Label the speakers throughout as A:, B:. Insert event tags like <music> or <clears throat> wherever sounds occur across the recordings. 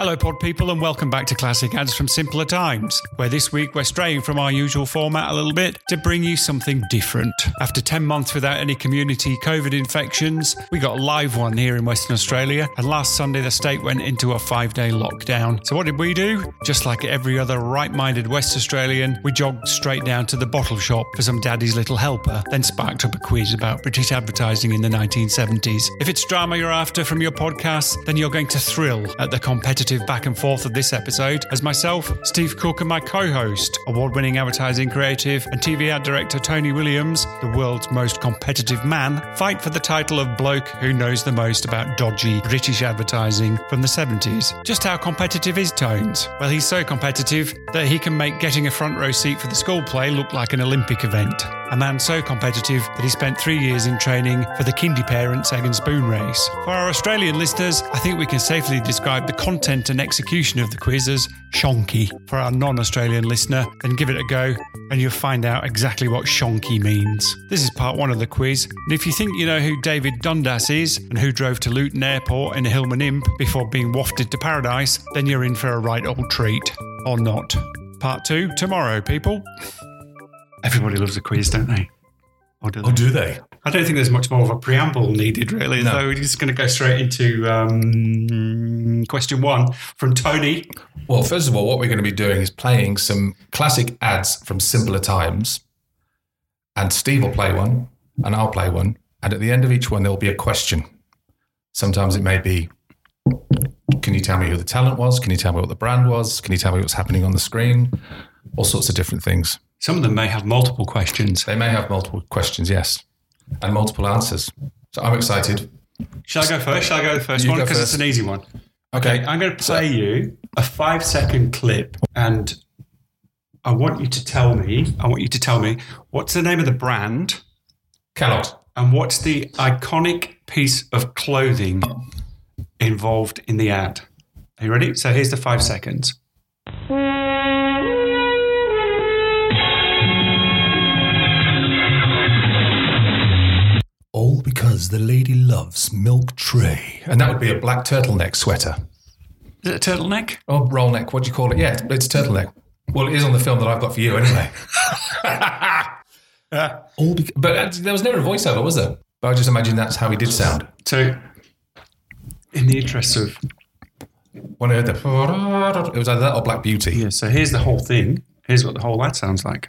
A: Hello, pod people, and welcome back to Classic Ads from Simpler Times, where this week we're straying from our usual format a little bit to bring you something different. After 10 months without any community COVID infections, we got a live one here in Western Australia, and last Sunday the state went into a five day lockdown. So, what did we do? Just like every other right minded West Australian, we jogged straight down to the bottle shop for some daddy's little helper, then sparked up a quiz about British advertising in the 1970s. If it's drama you're after from your podcast, then you're going to thrill at the competitive back and forth of this episode as myself, Steve Cook, and my co host, award winning advertising creative and TV ad director Tony Williams, the world's most competitive man, fight for the title of bloke who knows the most about dodgy British advertising from the 70s. Just how competitive is Tones? Well, he's so competitive that he can make getting a front row seat for the school play look like an Olympic event. A man so competitive that he spent three years in training for the kindy parents egg and spoon race. For our Australian listeners, I think we can safely describe the content and execution of the quiz as shonky. For our non Australian listener, then give it a go and you'll find out exactly what shonky means. This is part one of the quiz, and if you think you know who David Dundas is and who drove to Luton Airport in a Hillman Imp before being wafted to paradise, then you're in for a right old treat. Or not. Part two tomorrow, people. Everybody loves a quiz, don't they? Or do
B: Oh, do they?
A: I don't think there's much more of a preamble needed, really.
B: No.
A: So we're just going to go straight into um, question one from Tony.
B: Well, first of all, what we're going to be doing is playing some classic ads from simpler times. And Steve will play one, and I'll play one. And at the end of each one, there'll be a question. Sometimes it may be Can you tell me who the talent was? Can you tell me what the brand was? Can you tell me what's happening on the screen? All sorts of different things.
A: Some of them may have multiple questions.
B: They may have multiple questions, yes, and multiple answers. So I'm excited.
A: Shall I go first? Shall I go the first
B: You
A: one?
B: go
A: Because it's
B: first.
A: an easy one.
B: Okay.
A: I'm going to play you a five second clip and I want you to tell me, I want you to tell me what's the name of the brand
B: Kellogg.
A: and what's the iconic piece of clothing involved in the ad. Are you ready? So here's the five seconds.
B: All because the lady loves milk tray. And that would be a black turtleneck sweater.
A: Is it a turtleneck?
B: Oh, roll neck. What do you call it? Yeah, it's- it's turtleneck. Well, it is on the film that I've got for you anyway. All bec- but uh, there was never a voiceover, was there? But I just imagine that's how he did sound.
A: So, in the interest of
B: When I heard the, it was either that or Black Beauty.
A: yeah, so here's the whole thing. Here's what the whole ad sounds like.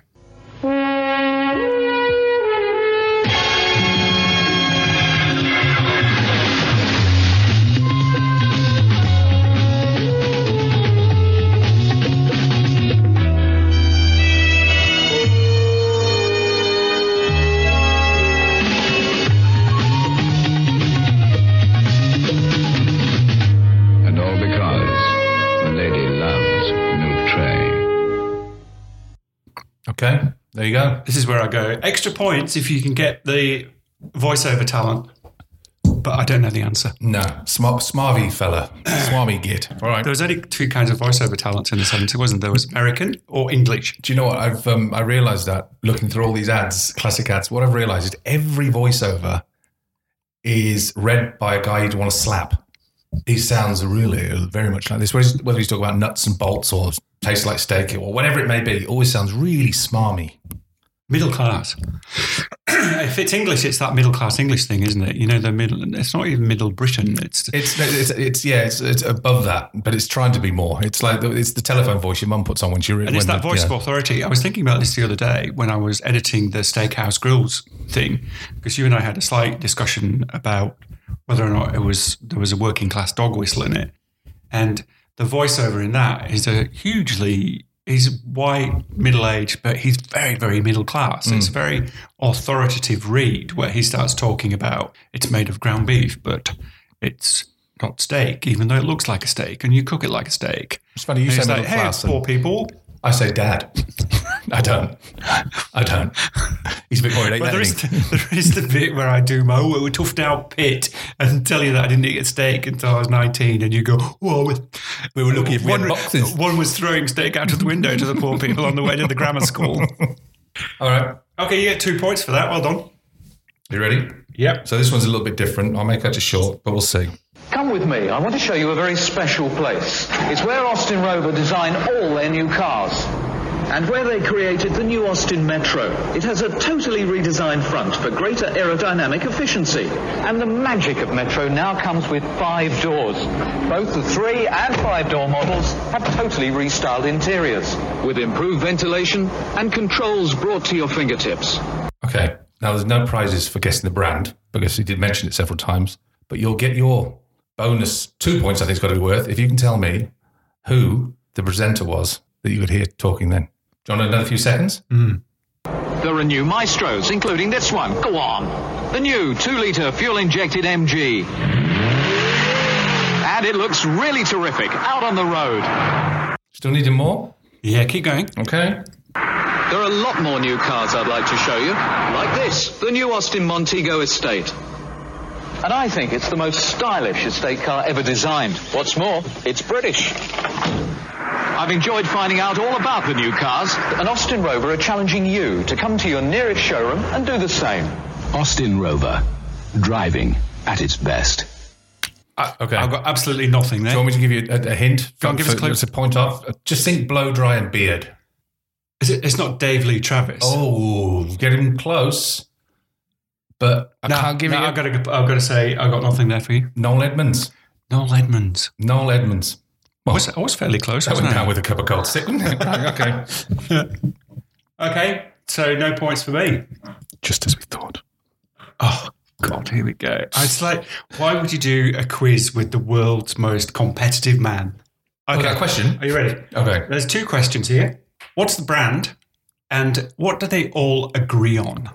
C: And all because the lady loves milk tray.
B: Okay, there you go.
A: This is where I go extra points if you can get the voiceover talent. but I don't know the answer.
B: No, Sma- Smarvy fella, Smarmy git. All right.
A: There was only two kinds of voiceover talents in the 70s, wasn't there? There was American or English.
B: Do you know what I've um, I realised that looking through all these ads, classic ads, what I've realised is every voiceover is read by a guy you'd want to slap. He sounds really very much like this. Whereas- Whether he's talking about nuts and bolts or tastes like steak or whatever it may be, it always sounds really smarmy.
A: Middle class. if it's English, it's that middle class English thing, isn't it? You know, the middle, it's not even middle Britain. It's,
B: It's it's, it's yeah, it's, it's above that, but it's trying to be more. It's like the, it's the telephone voice your mum puts on when she.
A: and it's that voice of authority. I was thinking about this the other day when I was editing the Steakhouse Grills thing, because you and I had a slight discussion about whether or not it was there was a working class dog whistle in it, and the voiceover in that is a hugely he's white middle aged, but he's very very middle class. It's
B: Mm.
A: a very authoritative read where he starts talking about it's made of ground beef, but it's not steak, even though it looks like a steak, and you cook it like a steak.
B: It's funny you
A: And
B: say
A: it's
B: middle
A: like, hey,
B: class. and
A: poor people.
B: I say dad. <laughs> I don't. I don't. He's a bit worried. ain't that
A: Well, there is,
B: Nick?
A: there is the <laughs> bit where I do my oh, toughed out pit and tell you that I didn't eat a steak until I was 19. And you go, whoa, we, we were
B: lucky if we had
A: one, uh,
B: boxes."
A: One was throwing steak out of the window to the poor
B: <laughs>
A: people on the way to the grammar school.
B: All right.
A: Okay, you get two points for that. Well done.
B: You ready?
A: Yep.
B: So this one's a little bit different. I'll make that just short, but we'll see.
D: Come with me. I want to show you a very special place. It's where Austin Rover designed all their new cars. And where they created the new Austin Metro. It has a totally redesigned front for greater aerodynamic efficiency. And the magic of Metro now comes with five doors. Both the three and five door models have totally restyled interiors. With improved ventilation and controls brought to your fingertips.
B: Okay. Now there's no prizes for guessing the brand because he did mention it several times, but you'll get your bonus two points. I think it's got to be worth if you can tell me who the presenter was that you could hear talking then. Do you want another few seconds?
A: Mm.
D: There are new Maestros, including this one. Go on. The new 2-litre fuel-injected MG. And it looks really terrific out on the road.
B: Still needing more?
A: Yeah, keep going.
B: Okay.
D: There are a lot more new cars I'd like to show you. Like this, the new Austin Montego Estate. And I think it's the most stylish estate car ever designed. What's more, it's British. I've enjoyed finding out all about the new cars, and Austin Rover are challenging you to come to your nearest showroom and do the same.
E: Austin Rover, driving at its best.
B: I, Uh, okay.
A: I've got absolutely nothing
B: Do you
A: there.
B: want me to give you a, a hint?
A: Go on, give us a clue.
B: It's a point off. Just think blow dry and beard.
A: Is it, it's not Dave Lee Travis.
B: Oh, get him close. But I
A: no,
B: can't give
A: no,
B: you.
A: I've got, to, I've got to say, I've got nothing there for you.
B: Noel Edmonds.
A: Noel Edmonds.
B: Noel Edmonds.
A: I was, I was <laughs> fairly close,
B: That
A: wasn't
B: went
A: I?
B: down with a cup of cold sick, wouldn't it? Right,
A: <laughs>
B: okay.
A: Okay, so no points for me.
B: Just as we thought.
A: Oh God, here we go. I was like, why would you do a quiz with the world's most competitive man?
B: Okay, question.
A: Are you ready?
B: Okay.
A: There's two questions here. What's the brand, and what do they all agree on?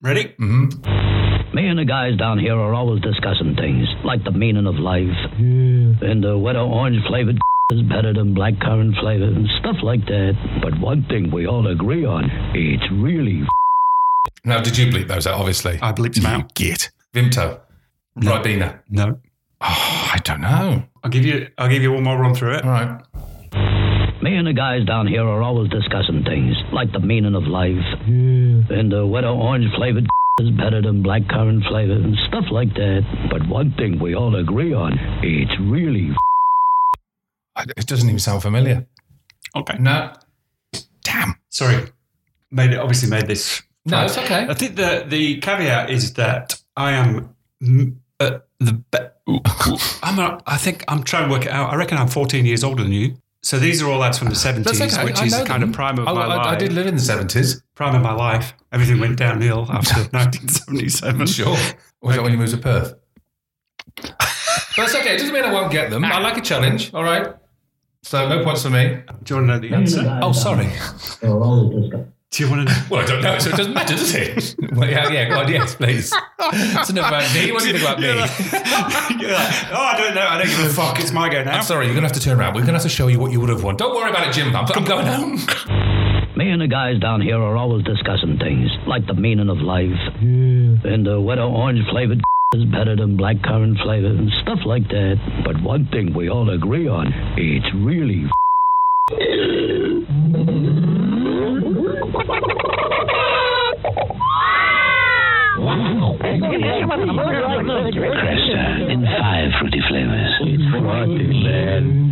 A: Ready?
B: Mm,
F: Me and the guys down here are always discussing things, like the meaning of life, and uh, whether orange flavored <laughs> is better than blackcurrant flavored, and stuff like that. But one thing we all agree on, it's really <laughs>
B: Now, did you bleep those out? Obviously.
A: I bleeped them out.
B: Git. Vimto. Ribena.
A: <laughs> No.
B: Oh, I don't know.
A: I'll give you. I'll give you one more run through it.
B: All right.
F: Me and the guys down here are always discussing things like the meaning of life and uh, whether orange flavored <laughs> is better than blackcurrant flavored and stuff like that. But one thing we all agree on, it's really <laughs>
B: I- It doesn't even sound familiar.
A: Okay.
B: No. Damn.
A: Sorry. Made it. Obviously made this.
B: No, it's okay.
A: I think the the caveat is that I am mm, uh, the be- ooh, ooh. I'm a, I think I'm trying to work it out. I reckon I'm 14 years older than you. So these are all ads from the 70s,
B: That's okay.
A: which
B: I
A: is
B: know
A: kind
B: them.
A: of prime of
B: I,
A: my
B: I-
A: life.
B: I did live in the 70s.
A: prime of my life. Everything went
B: <laughs>
A: downhill after 1977.
B: Sure. <laughs> Or is Mm. that when you moved to <laughs> Perth? but it's okay. It doesn't mean I won't get them. I like a challenge. All right. So no points for me.
A: Do you want to know the answer?
B: Oh, sorry.
A: Do you want to?
B: Well, I don't know. So it doesn't matter, does it? <laughs> well, yeah, yeah. God, yes, please. It's enough about me. What do you think about
A: You're
B: me?
A: like- <laughs> you're like, oh, I don't know. I don't give a fuck. It's my go
B: <laughs>
A: now.
B: I'm sorry. You're gonna have to turn around. We're gonna have to show you what you would have won. Don't worry about it, Jim. I'm, I'm going home.
F: Me and the guys down here are always discussing things like the meaning of life and uh, whether orange flavored <laughs> is better than blackcurrant flavor and stuff like that. But one thing we all agree on, it's really <laughs> Cresta in five fruity flavors. It's fruity, man.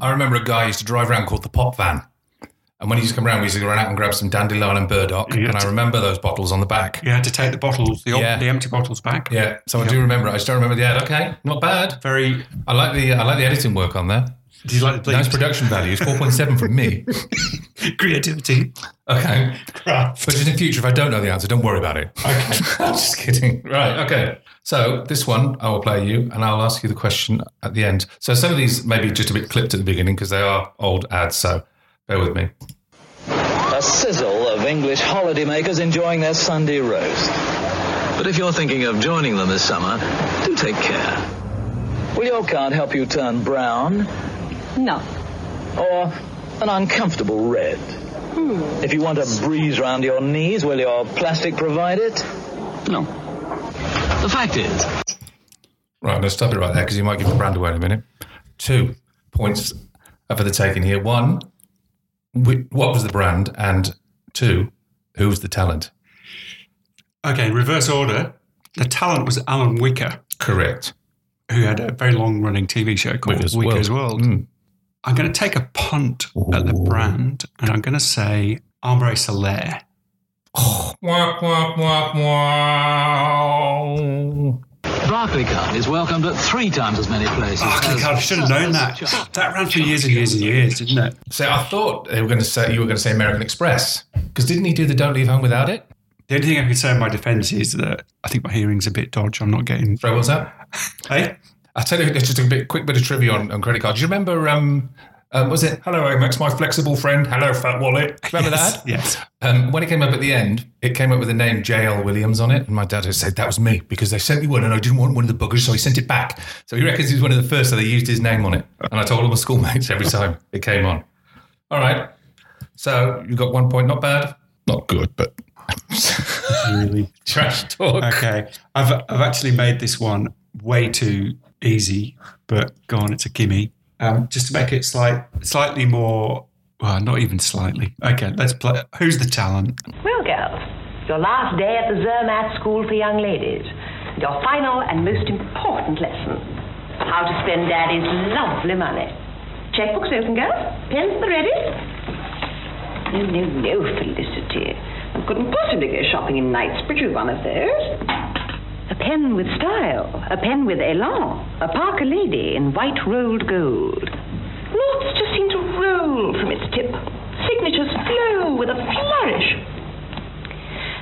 B: I remember a guy used to drive around called the Pop Van. And when he used to come around, we used to go around and grab some dandelion and burdock.
A: Yeah.
B: And I remember those bottles on the back.
A: You had to take the bottles, the, op-
B: Yeah.
A: the empty bottles back.
B: Yeah, so I do remember it. I just don't remember the ad. Okay, not bad.
A: Very.
B: I like the I like the editing work on there.
A: Did you like the
B: Nice
A: bleeps?
B: production values, four point seven from me. <laughs>
A: <laughs> creativity?
B: Okay,
A: Craft.
B: but just in future, if I don't know the answer, don't worry about it. Okay, <laughs> I'm just kidding. Right. Okay. So this one, I will play you, and I'll ask you the question at the end. So some of these may be just a bit clipped at the beginning because they are old ads. So bear with me.
D: A sizzle of English holidaymakers enjoying their Sunday roast. But if you're thinking of joining them this summer, do take care. Will your card help you turn brown
G: No.
D: or an uncomfortable red? If you want a breeze round your knees, will your plastic provide it?
E: No.
D: The fact is,
B: Right, let's stop it right there because you might give the brand away in a minute. Two points are for the taking here. One, wh- what was the brand? And two, who was the talent?
A: Okay, reverse order. The talent was Alan Wicker,
B: Correct.
A: who had a very long running TV show called Wicker's, World.
B: Mm.
A: I'm going to take a punt at the brand and I'm going to say Ambre Soler.
B: Wah, wah, wah, wah.
D: Barclaycard is welcomed at three times as many places.
A: Oh,
D: as-
A: God, I should have known that. <gasps> That ran for years and years and years, didn't it?
B: So I thought they were going to say you were going to say American Express because didn't he do the Don't Leave Home Without It?
A: The only thing I could say in my defense is that I think my hearing's a bit dodgy. I'm not getting.
B: Right, what's that?
A: Hey?
B: I tell you, just a bit, quick bit of trivia on, on credit cards. Do you remember? Um, um, was it Hello Amex, my flexible friend? Hello, fat wallet. Remember <laughs> that?
A: Yes.
B: Um, when it came up at the end, it came up with the name J.L. Williams on it. And my dad had said, that was me because they sent me one and I didn't want one of the buggers, so I sent it back. So he reckons he was one of the first, so they used his name on it. And I told all my schoolmates every time it came on. All right. So you got one point. Not bad. Not good, but
A: Really?
B: <laughs> trash talk.
A: Okay. I've, I've actually made this one way too easy, but go on, it's a gimme. Um, just to make it slight, slightly more, well, not even slightly. Okay, let's play. Who's the talent?
G: Well, girls, your last day at the Zermatt School for Young Ladies. Your final and most important lesson. How to spend Daddy's lovely money. Checkbooks open, girls. Pens at the ready. No, no, no, Felicity. You couldn't possibly go shopping in Knightsbridge with one of those. A pen with style, a pen with elan, a Parker lady in white rolled gold. Knots just seem to roll from its tip. Signatures flow with a flourish.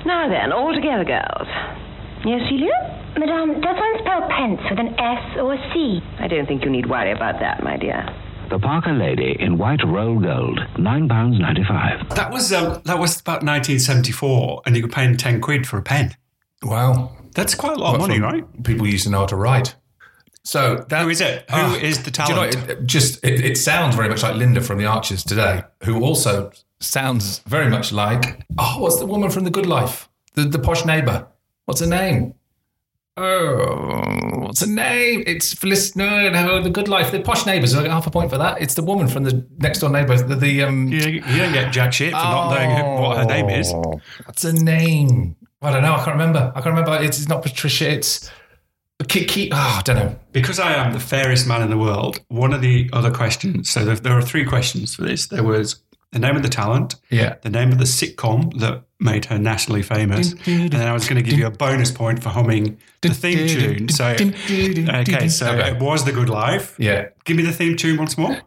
G: Now then, all together, girls. Yes, Celia? Madame, does one spell pence with an S or a C? I don't think you need worry about that, my dear.
F: The Parker Lady in white roll gold, nine pounds ninety-five.
A: That was um, that was about 1974, and you were paying 10 quid for a pen.
B: Wow.
A: That's quite a lot of money, right?
B: People used to know how to write. So that
A: Who is it? Who is
B: Ah.
A: the
B: Do you know,
A: talent?
B: it, it just it, it sounds very much like Linda from The Archers today, who also sounds very much like oh, what's the woman from The Good Life, the the posh neighbour? What's her name? Oh, what's her name? It's Felicity. No, no, The Good Life. The posh neighbours. I get half a point for that. It's the woman from the next door neighbour. The, the um,
A: you, you don't get jack shit for
B: Oh.
A: not knowing who, what her name is.
B: what's her name? I don't know. I can't remember. I can't remember. It's, it's not Patricia. It's Kiki. Oh, I don't know.
A: Because I am the fairest man in the world, one of the other questions, so there, there are three questions for this. There was the name of the talent,
B: Yeah.
A: the name of the sitcom that made her nationally famous, and then I was going to give you a bonus point for humming the theme tune. So, okay, so it was The Good Life.
B: Yeah.
A: Give me the theme tune once more.
B: No, I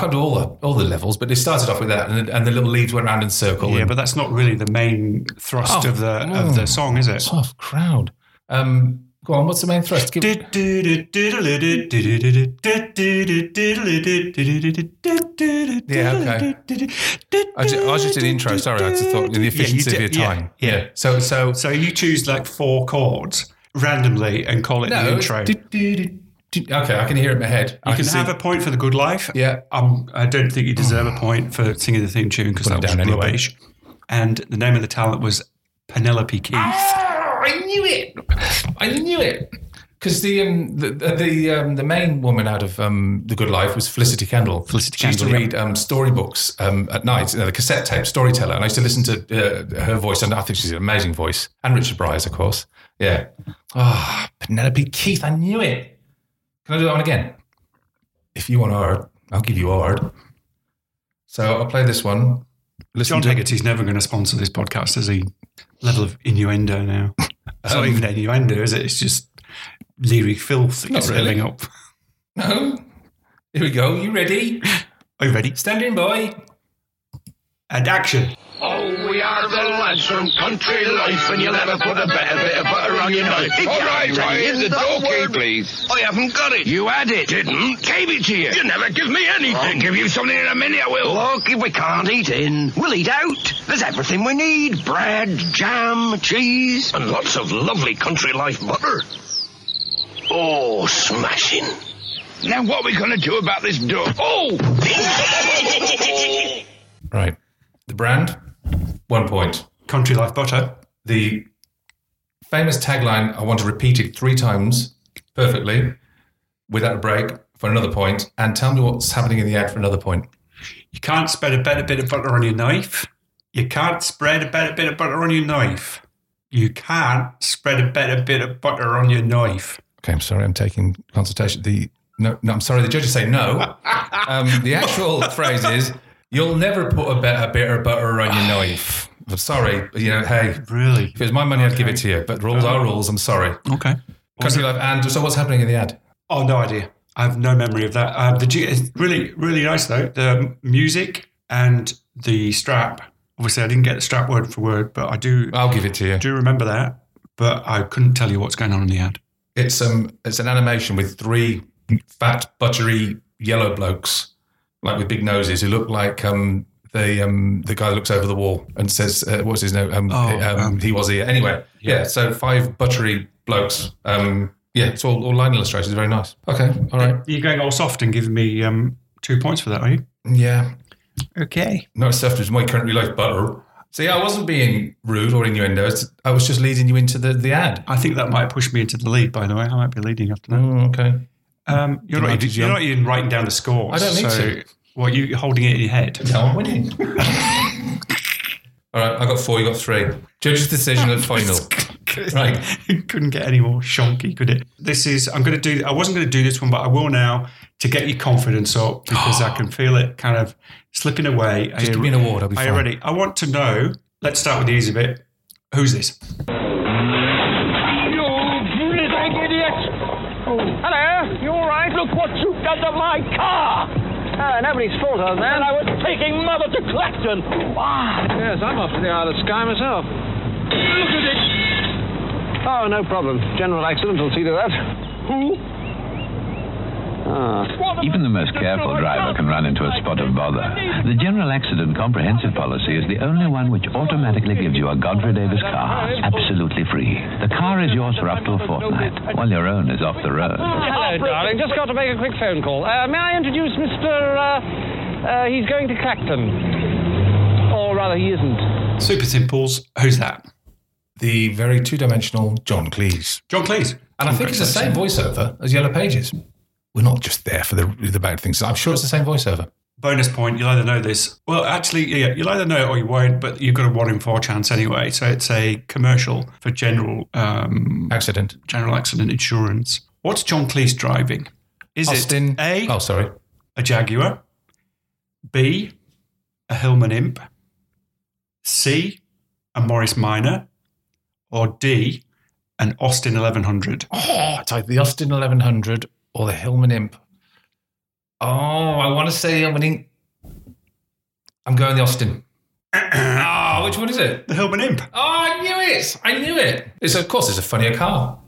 B: can't do all the all the levels, but it started off with that, and, and the little leaves went round in a circle.
A: Yeah,
B: and-
A: but that's not really the main thrust
B: Oh,
A: of the of
B: oh.
A: the song, is it?
B: tough crowd. Um, go on. What's the main thrust? Give,
A: Yeah, okay.
B: I, ju- I was just in the intro. Sorry, I just thought the efficiency
A: Yeah, you
B: of
A: did-
B: your
A: yeah,
B: time.
A: yeah.
B: So so
A: So you choose like four chords randomly and call it
B: no.
A: the
B: it's-
A: intro.
B: do- do- do- do- Okay, I can hear it in my head. I
A: you can
B: see-
A: have a point for the good life.
B: Yeah.
A: Um, I don't think you deserve a point for singing the theme tune because
B: Put
A: that
B: it
A: was
B: down anyway.
A: rubbish. and the name of the talent was Penelope Keith.
B: Ah, I knew it. I knew it. Because the um, the the um, the main woman out of um, the Good Life was Felicity Kendall.
A: Felicity
B: she used to
A: Kendall, yeah.
B: read um, storybooks um, at night, you know, the cassette tape, storyteller, and I used to listen to uh, her voice, and I think she's an amazing voice, and Richard Bryars, of course. Yeah. Ah, Penelope Keith. I knew it. Can I do that one again? If you want a hard, I'll give you a hard. So I'll play this one. Listen
A: John
B: to
A: Hegarty's never going to sponsor this podcast, is he? Level of innuendo now. It's not
B: Um,
A: even innuendo, is it? It's just lyric filth that
B: Not
A: gets
B: really.
A: building up.
B: No. Here we go. You ready?
A: Are you Oh, ready?
B: Standing by.
A: And action.
C: Oh, we are the lads from country life, and you'll never put a better bit of butter on your <laughs> knife. All right, right, here's the door key, please. I haven't got it. You had it. Didn't? Gave it to you. You never give me anything. I'll give you something in a minute, I will. Look, if we can't eat in, we'll eat out. There's everything we need. Bread, jam, cheese. And lots of lovely country life butter. Oh, smashing. Now what are we gonna do about this door? <laughs> Oh!
B: Right. The brand, one point.
A: Country Life Butter.
B: The famous tagline, I want to repeat it three times perfectly without a break for another point, and tell me what's happening in the ad for another point.
A: You can't spread a better bit of butter on your knife. You can't spread a better bit of butter on your knife. You can't spread a better bit of butter on your knife.
B: Okay, I'm sorry, I'm taking consultation. The no, no, I'm sorry, the judges say <laughs> no. Um, the actual phrase is, you'll never put a better bit of butter on your knife. I'm sorry, you know, hey,
A: Really?
B: if it was my money, I'd give it to you, but rules are rules, I'm sorry.
A: Okay.
B: Country Life, and so what's happening in the ad?
A: Oh, no idea. I have no memory of that. Um, the G- it's really, really nice though. The music and the strap. Obviously, I didn't get the strap word for word, but I do
B: I'll give it to you.
A: I do remember that. But I couldn't tell you what's going on in the ad.
B: It's um, it's an animation with three fat, buttery yellow blokes, like with big noses, who look like um, the um, the guy that looks over the wall and says, uh, "What's his name?" Um,
A: Oh,
B: um,
A: um,
B: he was here anyway. Yeah. so five buttery blokes. Um, yeah, it's all, all line illustrations. Very nice. Okay, all right.
A: You're going all soft and giving me um, two points for that, are you?
B: Yeah,
A: Okay.
B: no stuff is my country life butter. See, I wasn't being rude or innuendo. It's- I was just leading you into the, the ad.
A: I think that might push me into the lead. By the way, I might be leading after that.
B: Oh, okay.
A: Um, you're,
B: Am I
A: not,
B: too
A: even- you're
B: young?
A: not even writing down the scores.
B: I don't need
A: so,
B: to.
A: Well, you holding it in your head.
B: No, I'm winning. All right, I got four, you got three. Judge's decision at
A: <laughs>
B: final. Right.
A: Couldn't get any more shonky, could it? This is. I'm going to do. I wasn't going to do this one, but I will now to get your confidence up
B: <gasps>
A: because I can feel it kind of slipping away. Just
B: give me an award, I'll be
A: Are you
B: fine.
A: ready? I want to know. Let's start with the easy bit. Who's this?
H: You blizzard idiot! Hello, you all right? Look what you've done to my car! Ah, nobody's fault on that. I was taking Mother to Clacton. Ah. Yes, I'm off to the Isle of Skye myself. Look at it! Oh, no problem. General accident will see to that. Who? Ah.
E: Even the most careful driver can run into a spot of bother. The General Accident Comprehensive Policy is the only one which automatically gives you a Godfrey Davis car absolutely free. The car is yours for up to a fortnight, while your own is off the <laughs> road.
H: Hello, darling. Just got to make a quick phone call. Uh, may I introduce Mr. Uh, uh, he's going to Clacton. Or rather, he isn't.
A: Super simples. Who's that?
B: The very two dimensional John Cleese.
A: John Cleese.
B: And I think it's the same voiceover as Yellow Pages. We're not just there for the, the bad things. I'm sure it's the same voiceover.
A: Bonus point, you'll either know this. Well, actually, yeah, you'll either know it or you won't, but you've got a one in four chance anyway. So it's a commercial for general um,
B: Accident.
A: general accident insurance. What's John Cleese driving? Is
B: Austin.
A: it A,
B: Oh, sorry.
A: a Jaguar, B, a Hillman Imp, C, a Morris Minor, or D, an Austin 1100?
B: Oh, it's either the Austin 1100 or the Hillman Imp. Oh, I want to say Hillman Imp. I'm going the
A: <clears throat>
B: Austin. oh, which one is it?
A: The Hillman Imp.
B: Oh, I knew it! I knew it. It's of course it's a funnier car.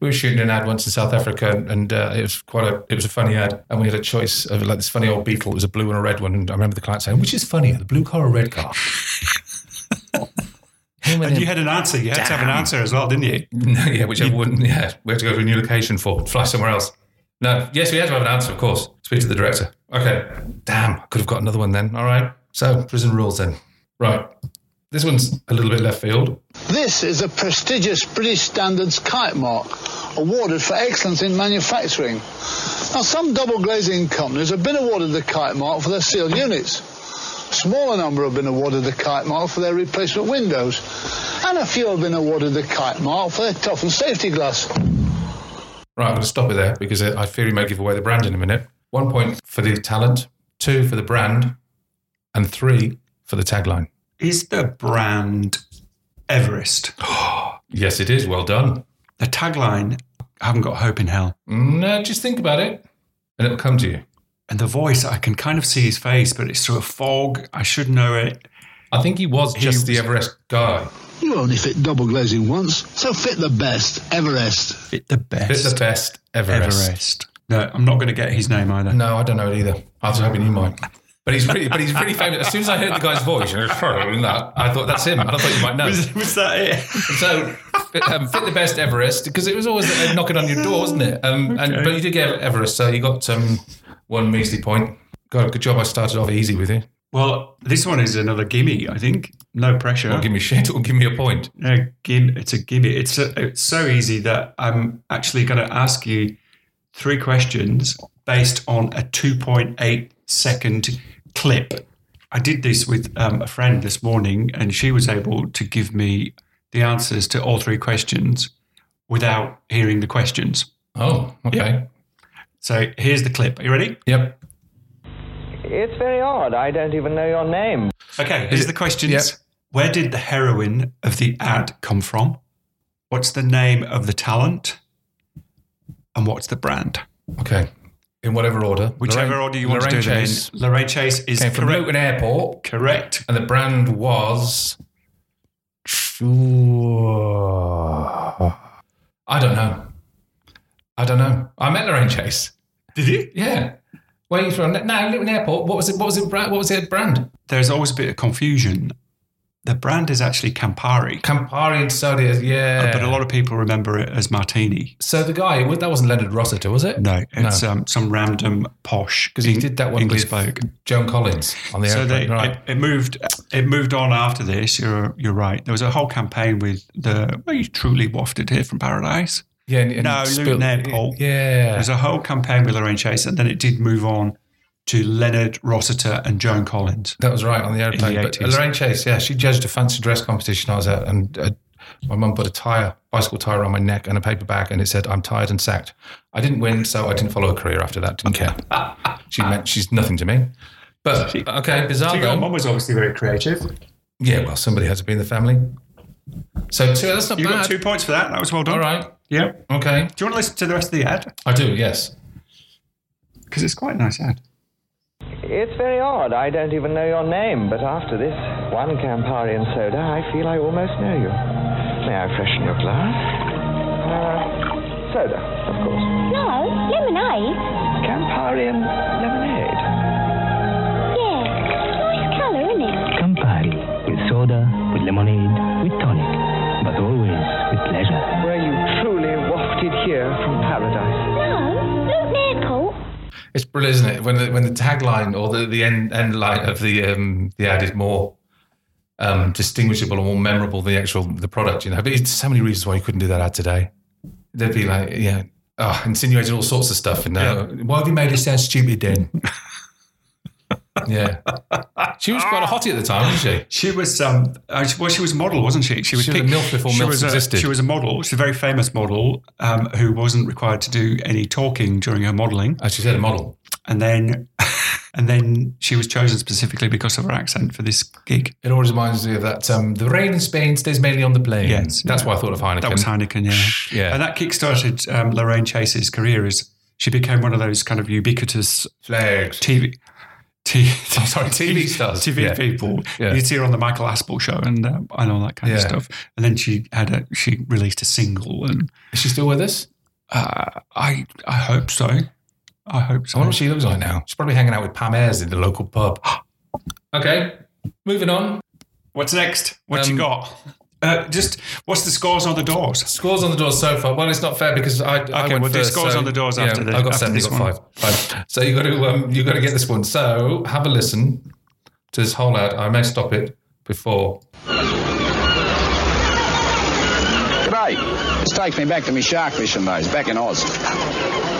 B: We were shooting an ad once in South Africa, and uh, it was quite a it was a funny ad, and we had a choice of like this funny old Beetle. It was a blue and a red one, and I remember the client saying, "Which is funnier, the blue car or red
A: <laughs>
B: car?" Him
A: And you
B: him.
A: had an answer. You had to have an answer as well, didn't you?
B: <laughs> yeah, whichever one. Yeah, we had to go to a new location for fly somewhere else. No, yes, we had to have an answer, of course. Speak to the director. Okay, damn, I could have got another one then. All right, so prison rules then. Right, This one's a little bit left field.
I: This is a prestigious British Standards kite mark awarded for excellence in manufacturing. Now, some double glazing companies have been awarded the kite mark for their sealed units. Smaller number have been awarded the kite mark for their replacement windows, and a few have been awarded the kite mark for their toughened safety glass.
B: Right, I'm going to stop it there because uh, I fear he may give away the brand in a minute. One point for the talent, two for the brand, and three for the tagline.
A: Is the brand Everest?
B: Yes, it is. Well done.
A: The tagline, I haven't got hope in hell.
B: No, just think about it and it'll come to you.
A: And the voice, I can kind of see his face, but it's through a fog. I should know it.
B: I think he was just the Everest guy.
I: You only fit double glazing once, so fit the best, Everest.
A: Fit the
B: Bit
A: best.
B: the best Everest.
A: Everest. No, I'm not going to get his name either.
B: No, I don't know it either. I was hoping you might. But he's really, but he's really famous. As soon as I heard the guy's voice, <laughs> I thought that's him. And I thought you might know.
A: Was, was that it? <laughs>
B: So fit, um, fit the best Everest because it was always uh, knocking on your door, wasn't it? Um, and, but you did get Everest, so you got um, one measly point. God, good job. I started off easy with you.
A: Well, this one is another gimme, I think. No pressure.
B: Don't give me shit. Don't give me a point.
A: No, gim- it's a gimme. It's, a, it's so easy that I'm actually going to ask you three questions based on a 2.8 second clip. I did this with um, a friend this morning, and she was able to give me the answers to all three questions without hearing the questions.
B: Oh, okay.
A: So here's the clip. Are you ready?
B: Yep.
H: It's very odd. I don't even know your name.
A: Okay, here's the questions.
B: Yep.
A: Where did the heroine of the ad come from? What's the name of the talent? And what's the brand?
B: Okay. In whatever order.
A: Whichever
B: Lorraine-
A: order you want
B: Lorraine
A: to do them
B: Chase
A: in. Lorraine Chase is
B: Came from
A: correct.
B: Luton Airport,
A: Correct.
B: and the brand was. I don't know. I don't know. I met Lorraine Chase.
A: Did you?
B: Yeah. Where are you from? No, Luton Airport. What was it? What was it? Brand? What was it? Brand?
A: There's always a bit of confusion. The brand is actually Campari,
B: Campari and soda. Yeah.
A: Oh, but a lot of people remember it as Martini.
B: so the guy that wasn't Leonard Rossiter, was it?
A: No, it's Um, some random posh
B: because he did that one
A: English
B: with
A: bloke.
B: Joan Collins on the
A: So
B: airplane.
A: they,
B: right.
A: it, it moved. It moved on after this. You're you're right. There was a whole campaign with the. Well, you truly wafted here from paradise.
B: yeah. And, and
A: no,
B: spilled-
A: Luton Airport.
B: Yeah.
A: There's a whole campaign with Lorraine Chase, and then it did move on to Leonard Rossiter and Joan Collins.
B: That was right on the airplane.
A: the
B: but
A: 80s.
B: Lorraine Chase, yeah, she judged a fancy dress competition I was at, and uh, my mum put a tire, bicycle tire, around my neck and a paper bag, and it said, "I'm tired and sacked." I didn't win, so I didn't follow a career after that. Didn't care. she meant she's nothing to me. But okay, bizarre
A: Your
B: though.
A: mum was obviously very creative.
B: Yeah, well, somebody had to be in the family. So two, that's not
A: You
B: bad.
A: got two points for that. That was well done.
B: All right.
A: Yeah.
B: Okay.
A: Do you want to listen to the rest of the ad?
B: I do. Yes.
A: Because it's quite a nice ad.
H: It's very odd. I don't even know your name, but after this one Campari and soda, I feel I almost know you. May I freshen your glass? Uh, soda, of course.
J: No, lemonade.
H: Campari and lemonade.
J: Yeah, nice colour, isn't it?
F: Campari, with soda, with lemonade, with tonic, but always with pleasure.
H: Were you truly wafted here from paradise?
J: No, Luton Airport.
B: It's brilliant, isn't it? When the when the tagline or the, the end end line of the um, the ad is more um, distinguishable and more memorable than the actual the product, you know. But it's so many reasons why you couldn't do that ad today. They'd be like, yeah, oh, insinuating all sorts of stuff, and uh, why have you made it sound stupid then? yeah, she was quite a hottie at the time, wasn't she?
A: She was um, uh, she- well, she was a model, wasn't she? She was,
B: She was a
A: pic-
B: MILF before
A: she
B: MILFs
A: was a-
B: existed.
A: She was a model. She's a very famous model um, who wasn't required to do any talking during her modelling,
B: As she said, a model.
A: and then <laughs> and then she was chosen specifically because of her accent for this gig.
B: It always reminds me of that. Um, the rain in Spain stays mainly on the plains.
A: Yes.
B: that's why I thought of Heineken.
A: That was Heineken, yeah.
B: Yeah.
A: And that kickstarted um, Lorraine Chase's career as she became one of those kind of ubiquitous
B: Flags.
A: TV. T- <laughs>
B: I'm Oh, sorry, TV stars.
A: TV
B: Yeah.
A: people.
B: Yeah.
A: You'd see her on the Michael Aspel show and uh, and all that kind of
B: Yeah.
A: stuff. And then she had a she released a single, and
B: Is she still with us?
A: uh, I I hope so. I hope
B: I
A: so.
B: wonder what she looks like now. She's probably hanging out with Pam Ayres in the local pub. <gasps> okay, moving on.
A: What's next? What
B: Um,
A: you got? Uh, just what's the scores on the doors?
B: Scores on the doors so far. Well, it's not fair because I. I
A: Okay,
B: went
A: we'll do
B: first,
A: scores
B: so-
A: on the doors after the-
B: I got
A: after
B: seven.
A: this
B: you got
A: one.
B: five. Five. So you got to um, you got to get this one. So have a listen to this whole ad. I may stop it, before.
K: G'day. This takes me back to my shark fishing days back in Oz.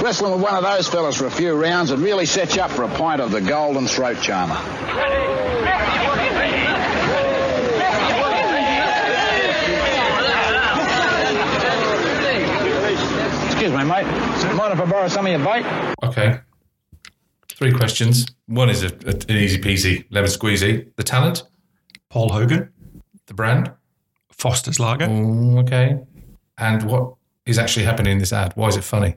K: Wrestling with one of those fellas for a few rounds would really set you up for a pint of the golden throat charmer. Excuse me, mate. Mind if I borrow some of your bait?
B: Okay. Three questions. One is a, a- an easy peasy, lemon squeezy. The talent? Paul Hogan. The brand? Foster's Lager. Mm, okay. And what is actually happening in this ad? Why is it funny?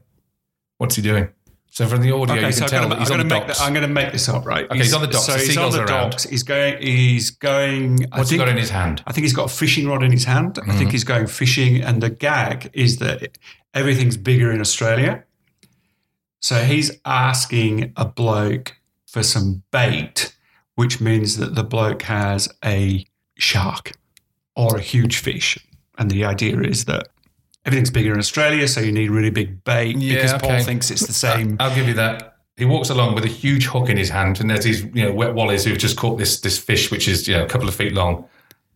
B: What's he doing? So from the audio, you can
A: I've
B: tell
A: gotta-
B: that he's on
A: I've
B: the
A: gotta make
B: docks.
A: that- I'm going to make this up, right?
B: Okay, he's, on the docks.
A: So
B: the
A: he's on
B: seagulls
A: the
B: are around.
A: docks. He's going. He's going. I
B: What's he
A: think-
B: got in his hand?
A: I think he's got a fishing rod in his hand. I think
B: Mhm.
A: he's going fishing, and the gag is that everything's bigger in Australia. So he's asking a bloke for some bait, which means that the bloke has a shark or a huge fish. And the idea is that everything's bigger in Australia, so you need really big bait because Paul thinks it's the same.
B: I'll give you that. He walks along with a huge hook in his hand, and there's these you know wet wallies who've just caught this this fish, which is you know a couple of feet long,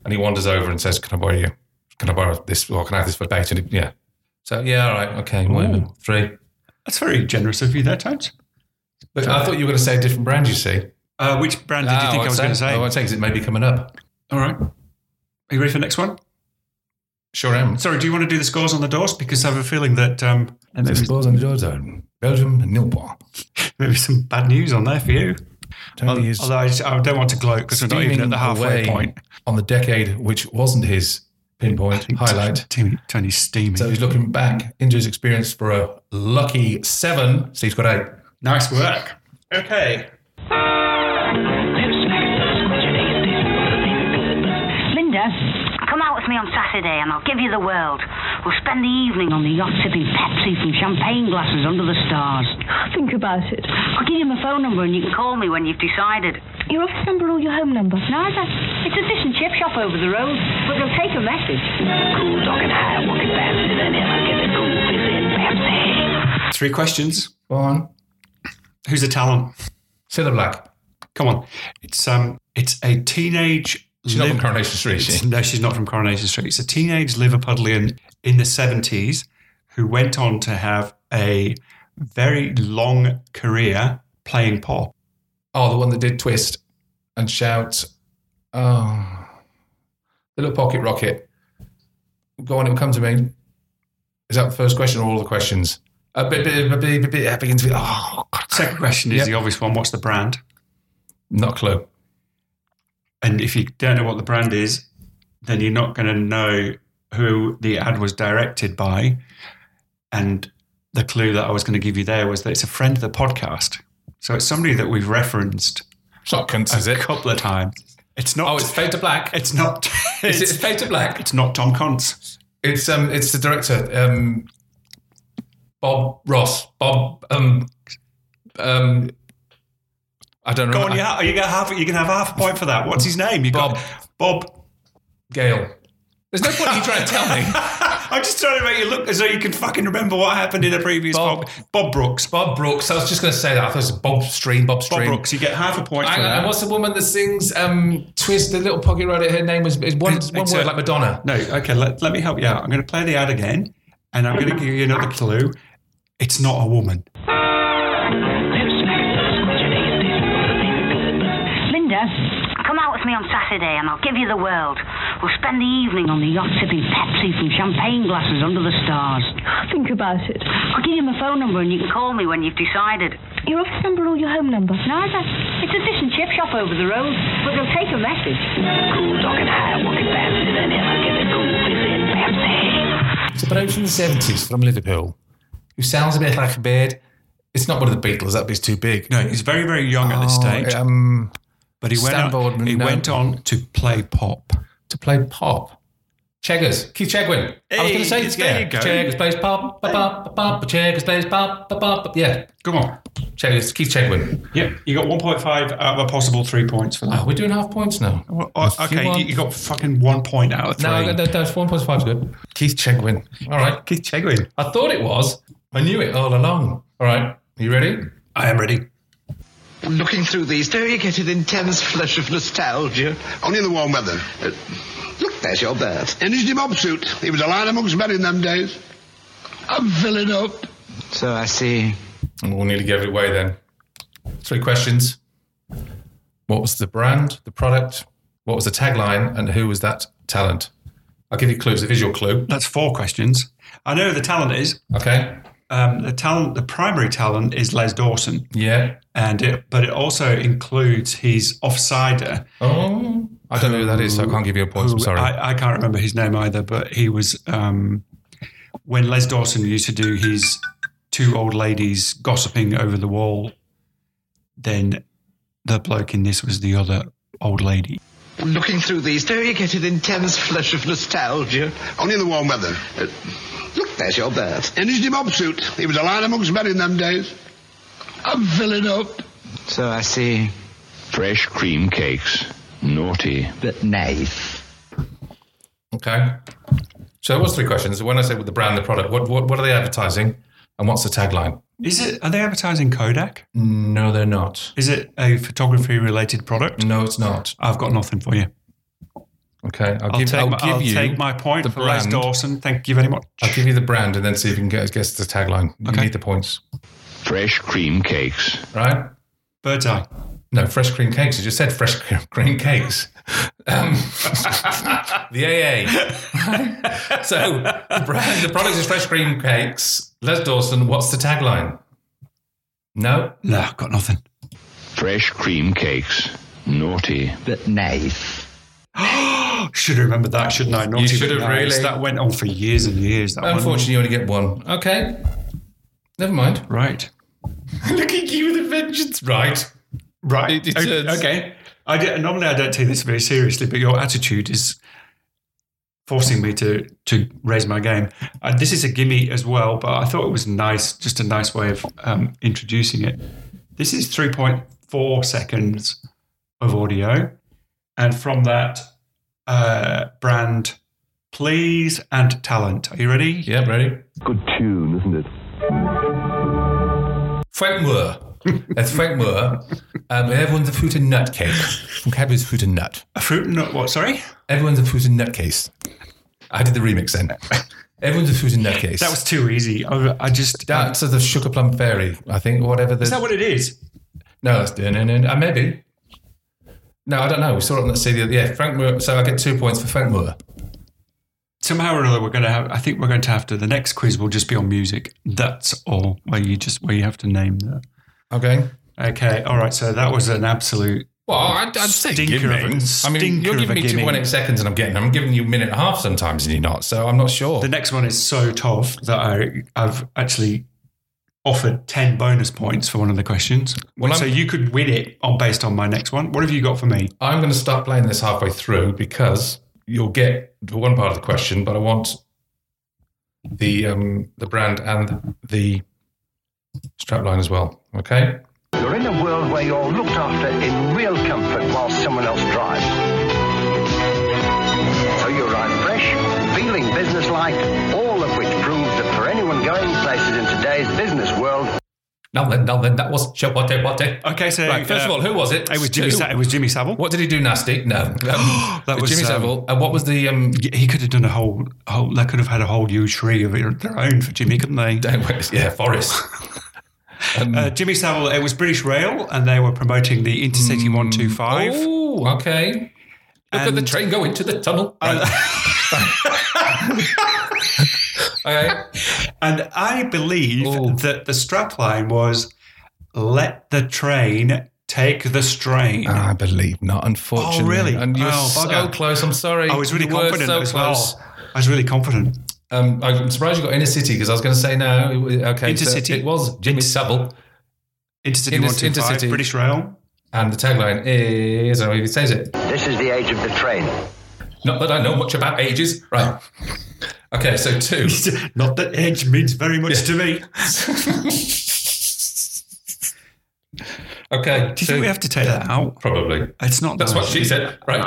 B: and he wanders over and says, "Can I borrow you? Can I borrow this? Or can I have this for bait?" And he- yeah, so yeah, all right, okay, whatever. Three.
A: That's very generous of you there, Toad.
B: Look, I thought you were going to say a different brand. You see,
A: Uh, which brand did
B: Ah,
A: you think I
B: won't
A: was going to
B: say.
A: say?
B: I won't say 'cause it may be coming up.
A: All right. Are you ready for the next one?
B: Sure am.
A: Sorry, do you want to do the scores on the doors? Because I have a feeling that um,
B: And there's scores on the doors. Belgium nil.
A: maybe some bad news on there for you. Al-
B: is
A: Although I, just- I don't want to gloat because we're not even at the halfway
B: away
A: point.
B: on the decade, which wasn't his pinpoint highlight.
A: Tony, Tony's steaming.
B: So he's looking back into his experience for a lucky seven. Steve's got eight.
A: Nice work. Okay.
L: Linda, come out with me on Saturday and I'll give you the world. We'll spend the evening on the yacht sipping Pepsi from champagne glasses under the stars. Think about it. I'll give you my phone number and you can call me when you've decided. Your office number or your home number? Neither. It's a fish and chip shop over the road, but they'll take a message. Cool talking high, walking faster than ever. Get the cool fizz in Pepsi.
A: Three questions.
B: Go on.
A: Who's the talent?
B: Cilla Black.
A: Come on. It's um. It's a teenage.
B: She's not from Coronation Street, is
A: It's-
B: she?
A: No, she's not from Coronation Street. It's a teenage Liverpudlian in the seventies who went on to have a very long career playing pop.
B: Oh, the one that did twist and shout. Oh, the little pocket rocket. Go on, it'll come to me. Is that the first question or all the questions? Uh, bit, bit, bit, bit, bit, bit, it begins with, oh, God.
A: Second question is the obvious one. What's the brand?
B: Not a clue.
A: And if you don't know what the brand is, then you're not going to know who the ad was directed by. And the clue that I was going to give you there was that it's a friend of the podcast. So it's somebody that we've referenced
B: It's not cunts,
A: a
B: is it?
A: couple of times. It's not.
B: Oh, it's Fade to <laughs> Black.
A: It's not. <laughs>
B: Is
A: it's-
B: it Fade to Black?
A: It's not Tom Conce.
B: It's um, it's the director, um, Bob Ross. Bob, um, um, I don't uh,
A: Go
B: remember.
A: on, you ha- are you going to have you can have half a point for that. What's his name? You Bob. Bob.
B: Gale. There's no point in you trying to tell
A: <laughs>
B: me.
A: I'm just trying to make you look as though you can fucking remember what happened in a previous Bob. Bob
B: <laughs>
A: Brooks.
B: Bob Brooks. I was just going to say that. I thought it was Bob Stream. Bob
A: Bob
B: Stream.
A: Brooks. You get half a point for
B: Hang on,
A: that.
B: and what's the woman that sings um, "Twist"? The little pocket rocket. Her name was is one, one
A: it's
B: word
A: a-
B: like Madonna.
A: No, okay, let, let me help you out. I'm going to play the ad again and I'm going to give you another clue. It's not a woman.
L: Linda, come out with me on Saturday and I'll give you the world. We'll spend the evening on the yacht sipping Pepsi from champagne glasses under the stars. Think about it. I'll give you my phone number and you can call me when you've decided. Your office number or your home number? Neither. It's a fish and chip shop over the road, but they'll take a message. Cool talking high, walking faster than ever. Get the cool fizz in Pepsi.
B: It's a bloke from the seventies from Liverpool who sounds a bit like a bird. It's not one of the Beatles. That bit's too big.
A: No, he's very, very young at this
B: Oh,
A: stage,
B: Um,
A: but he, went
B: Stan
A: on,
B: Boardman,
A: he
B: no.
A: went on to play pop.
B: to play pop. Cheggers, Keith Chegwin. I was
A: Hey,
B: going to say,
A: there
B: yeah,
A: you go.
B: Cheggers plays pop, pop, pop, pop, pop, Cheggers plays pop, pop, pop, pop. Yeah,
A: Come on.
B: Cheggers, Keith Chegwin.
A: Yeah, you got 1.5 out of a possible three points for that.
B: Oh, we're doing half points now.
A: Well, oh,
B: If you
A: okay, you,
B: want-
A: you got fucking one point out of three.
B: No, that, that's one point five is good. Keith Chegwin. All right, Keith Chegwin. I thought it was. I knew it all along. All right, you ready?
A: I am ready.
M: Looking through these, don't you get an intense flush of nostalgia?
N: Only in the warm weather.
M: look, there's your bird.
N: In his mob suit. He was a line amongst men in them days. I'm filling up.
M: So I see.
B: We'll need to give it away then. Three questions. What was the brand, the product? What was the tagline? And who was that talent? I'll give you clues, a visual clue.
A: That's four questions. I know who the talent is.
B: Okay.
A: Um, the talent, the primary talent is Les Dawson,
B: Yeah.
A: and it, but it also includes his offsider.
B: Oh, I don't know who that is, so I can't give you a point. I'm
A: who-
B: sorry.
A: I, I can't remember his name either, but he was um, when Les Dawson used to do his two old ladies gossiping over the wall. Then the bloke in this was the other old lady.
M: Looking through these, don't you get an intense flush of nostalgia?
N: Only in the warm weather.
M: Look, there's your bird.
N: In his mob suit. He was a line amongst men in them days. I'm filling up.
M: So I see.
E: Fresh cream cakes. Naughty.
M: But nice.
B: Okay. So there was three questions. When I said with the brand, the product, what, what what are they advertising, and what's the tagline?
A: Is it? Are they advertising Kodak?
B: No, they're not.
A: Is it a photography related product?
B: No, it's not.
A: I've got nothing for you.
B: Okay, I'll,
A: I'll
B: give,
A: take
B: I'll
A: my-
B: give
A: I'll
B: you
A: take my point
B: the
A: for Les
B: brand.
A: Dawson. Thank you very much.
B: I'll give you the brand and then see if you can guess, guess the tagline. You need the points,
E: Fresh cream cakes.
B: right?
A: Bird's eye.
B: No, fresh cream cakes. You just said fresh cream <laughs> cakes. <laughs> Um, the AA. so the brand, the product is fresh cream cakes. Les Dawson. What's the tagline? No,
A: No, I've got nothing. <gasps>
E: Fresh cream cakes. Naughty.
M: But nice.
A: should have remembered that, shouldn't I? Naughty
B: You should
A: but
B: have
A: nice.
B: really-
A: That went on for years and years. That one.
B: Unfortunately, you only get one. Okay. Never mind.
A: Right.
B: <laughs> Look at you with a vengeance. Right.
A: Right.
B: It- it
A: O-
B: turns-
A: okay. I don't- normally I don't take this very seriously, but your attitude is forcing me to to raise my game. Uh, this is a gimme as well, but I thought it was nice, just a nice way of um, introducing it. This is three point four seconds of audio, and from that uh, brand, please and talent. Are you ready?
B: Yeah, ready?
O: Good tune, isn't it?
B: Frank Moore. That's
O: <laughs>
B: Frank Moore. Um, everyone's a fruit and nut cake. From Cadbury's Fruit and Nut.
A: A fruit and nut, what? Sorry?
B: Everyone's a fruit and nut case. I did the remix then. Everyone's a fruit and nut case.
A: That was too easy. I, I just.
B: That's the Sugar Plum Fairy, I think, or whatever the.
A: is that what it is?
B: No, that's no, no, no. Uh, maybe. No, I don't know. We saw it on the CD. Yeah, Frank Moore. So I get two points for Frank Moore.
A: somehow or another we're going to have i think we're going to have to the next quiz will just be on music that's all where you just where you have to name that
B: Okay.
A: okay all right so that was an absolute
B: Well, I'd, I'd say
A: Stinker
B: giving.
A: of a-
B: I mean,
A: stinker
B: you're
A: of
B: giving me
A: a
B: two
A: gimme.
B: point eight seconds, and I'm getting. I'm giving you a minute and a half sometimes, and you're not. So I'm not sure.
A: the next one is so tough that I, i've actually offered 10 bonus points for one of the questions
B: Well,
A: so
B: I'm-
A: you could win it on based on my next one what have you got for me
B: I'm going to start playing this halfway through because you'll get the one part of the question, but I want the um, the brand and the strap line as well. Okay.
P: You're in a world where you're looked after in real comfort while someone else drives. So you ride fresh, feeling businesslike, all of which proves that for anyone going places in today's business world,
B: Now then, now then, that was what it, what it.
A: okay so uh,
B: Right, first of all, who was it?
A: it was jimmy
B: Two.
A: Sa- it was jimmy savile
B: What did he do nasty?
A: <gasps>
B: No. Um,
A: That was,
B: Jimmy
A: um,
B: Savile. And what was the. Um,
A: he could have done a whole, whole they could have had a whole u tree of their own for jimmy couldn't they
B: <laughs> yeah, Forrest. Um,
A: Uh, Jimmy Savile, it was British Rail, and they were promoting the Intercity 125.
B: Mm. oh, okay. Look at the
A: And-
B: train going to the tunnel. <laughs>
A: <laughs>
B: okay.
A: And I believe
B: Oh.
A: that the strapline was let the train take the strain.
B: I believe not, unfortunately.
A: Oh, really?
B: And you're
A: Oh,
B: so
A: bugger.
B: close. I'm sorry.
A: I was really
B: You were
A: confident
B: so
A: as well.
B: close.
A: I was really confident.
B: Um, I'm surprised you got Inner City because I was going to say no. It was- Okay. so
A: Intercity.
B: it was Jimmy Savile.
A: Intercity
B: Inter-
A: 125,
B: Intercity.
A: British Rail. <laughs>
B: And the tagline is, I don't know if it says it.
P: this is the age of the train.
B: Not that I know much about ages. Right. <laughs> Okay, so two.
A: Not that edge means very much to me.
B: Okay.
A: Do you think we have to take that out?
B: Probably.
A: It's not
B: That's what
A: nice.
B: she said. Right.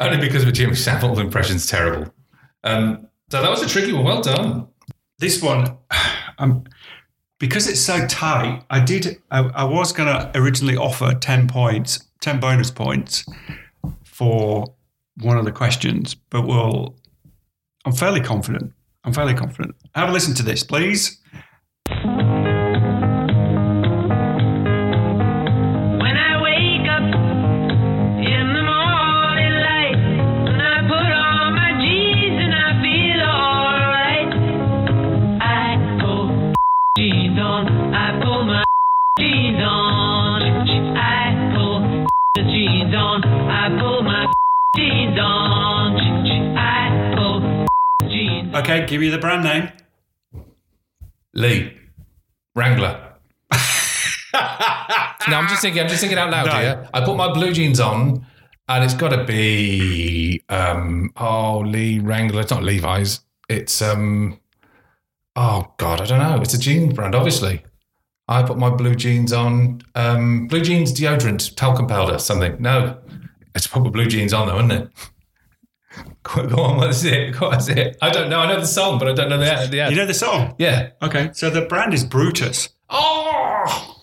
B: <laughs> Only because of Jimmy Savile, the impression's terrible.
A: <sighs>
B: Um, so that was a tricky one. Well done.
A: This one, I'm, because it's so tight, I did. I, I was going to originally offer ten points, ten bonus points for one of the questions, but we'll. I'm fairly confident. I'm fairly confident. Have a listen to this, please.
O: When I wake up in the morning light, when I put on my jeans and I feel alright, I pull jeans on, I pull my jeans on, I pull the jeans on, I pull my jeans on, I pull
A: Okay, give me the brand name.
B: Lee.
A: <laughs>
B: Wrangler. no, I'm just thinking. I'm just thinking out loud
A: No.
B: here. I put my blue jeans on, and it's got to be um, oh Lee Wrangler. It's not Levi's. It's um, oh God, I don't know. It's a jean brand, obviously. I put my blue jeans on. Um, blue jeans deodorant, talcum powder, something. No, it's proper blue jeans on though, isn't it? <laughs> Go go on, what is it? What is it? I don't know. I know the song, but I don't know the, the
A: You know the song?
B: Yeah.
A: Okay. So the brand is Brutus.
B: Oh!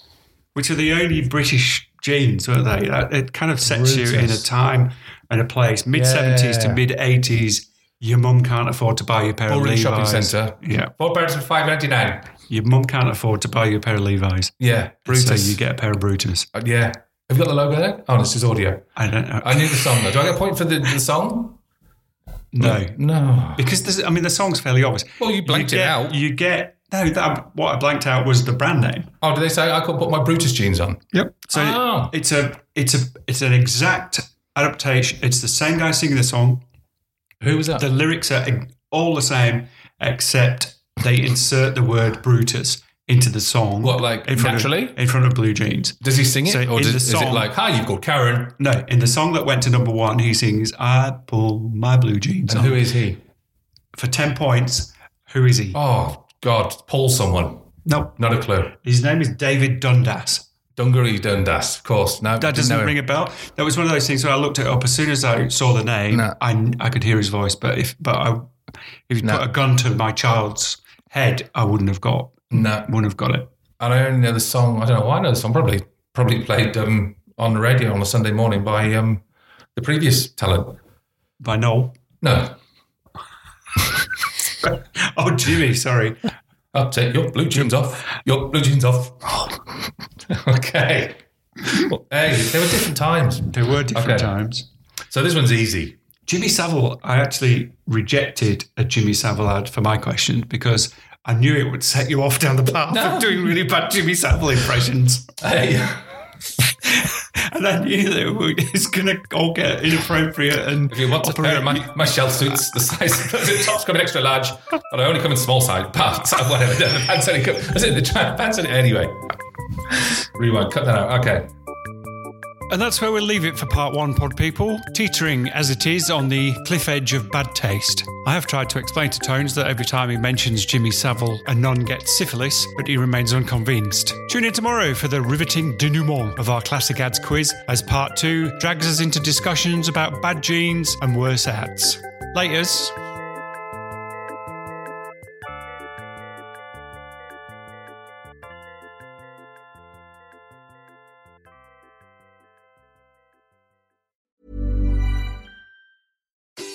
A: Which are the only British jeans, weren't they? That- It kind of sets you in a
B: Brutus.
A: time and a place. Mid 70s to
B: Yeah.
A: mid 80s, your mum can't afford to buy you a pair
B: Bullring
A: of Levi's.
B: Shopping Centre.
A: Yeah.
B: Four pounds and five ninety nine.
A: Your mum can't afford to buy you a pair of Levi's.
B: Yeah, Brutus.
A: So you get a pair of Brutus.
B: Uh, yeah. Have you got the logo there? Oh, this is audio.
A: I don't know.
B: I knew the song though. Do I get a point for the, the song?
A: No.
B: No.
A: Because there's, I mean, the song's fairly obvious.
B: Well, you blanked it
A: get-
B: out.
A: You get. No, that, what I blanked out was the brand name.
B: Oh, do they say I could put my Brutus jeans on?
A: Yep. So
B: Oh.
A: it's a it's a it's an exact adaptation. It's the same guy singing the song.
B: Who was that?
A: The lyrics are all the same, except they insert the word Brutus into the song.
B: What, like,
A: front of-
B: naturally?
A: in front of Blue Jeans?
B: Does he sing it,
A: So
B: or
A: in
B: does,
A: the
B: is
A: song-
B: it like, "Hi, you've called Karen"?
A: No, in the song that went to number one, he sings "I pull my blue jeans."
B: And
A: on."
B: who is he?
A: for ten points? Who is he?
B: Oh God, Paul someone.
A: No,
B: Not a clue.
A: his name is David Dundas.
B: Dungaree Dundas, of course. No, didn't
A: That
B: know
A: doesn't
B: him.
A: ring a bell. That was one of those things where I looked it up as soon as I saw the name.
B: No.
A: I I could hear his voice, but if but I if you
B: No.
A: put a gun to my child's head, I wouldn't have got
B: No,
A: wouldn't have got it.
B: and I only know the song. I don't know why I know the song. Probably, probably played um, on the radio on a Sunday morning by um, the previous talent.
A: By Noel.
B: No,
A: Oh, Jimmy, sorry.
B: I'll take your blue jeans off. Your blue jeans off. <laughs> okay. Well, hey, there were different times.
A: There were different
B: Okay.
A: times.
B: So this one's easy.
A: Jimmy Savile, I actually rejected a Jimmy Savile ad for my question because I knew it would set you off down the path of doing really bad Jimmy Savile impressions. <laughs>
B: Hey,
A: and I knew that it would- it's going to all get inappropriate and
B: if you want to pair of my, my shell suits, the size the top's come in extra large, but I only come in small size. Pants, <laughs> whatever. The pants only come. That's it. The tra- pants only. Anyway, rewind. Cut that out. Okay.
A: And that's where we'll leave it for part one, pod people, teetering as it is on the cliff edge of bad taste. I have tried to explain to Tones that every time he mentions Jimmy Savile, a nun gets syphilis, but he remains unconvinced. Tune in tomorrow for the riveting denouement of our classic ads quiz, as part two drags us into discussions about bad genes and worse ads. Laters.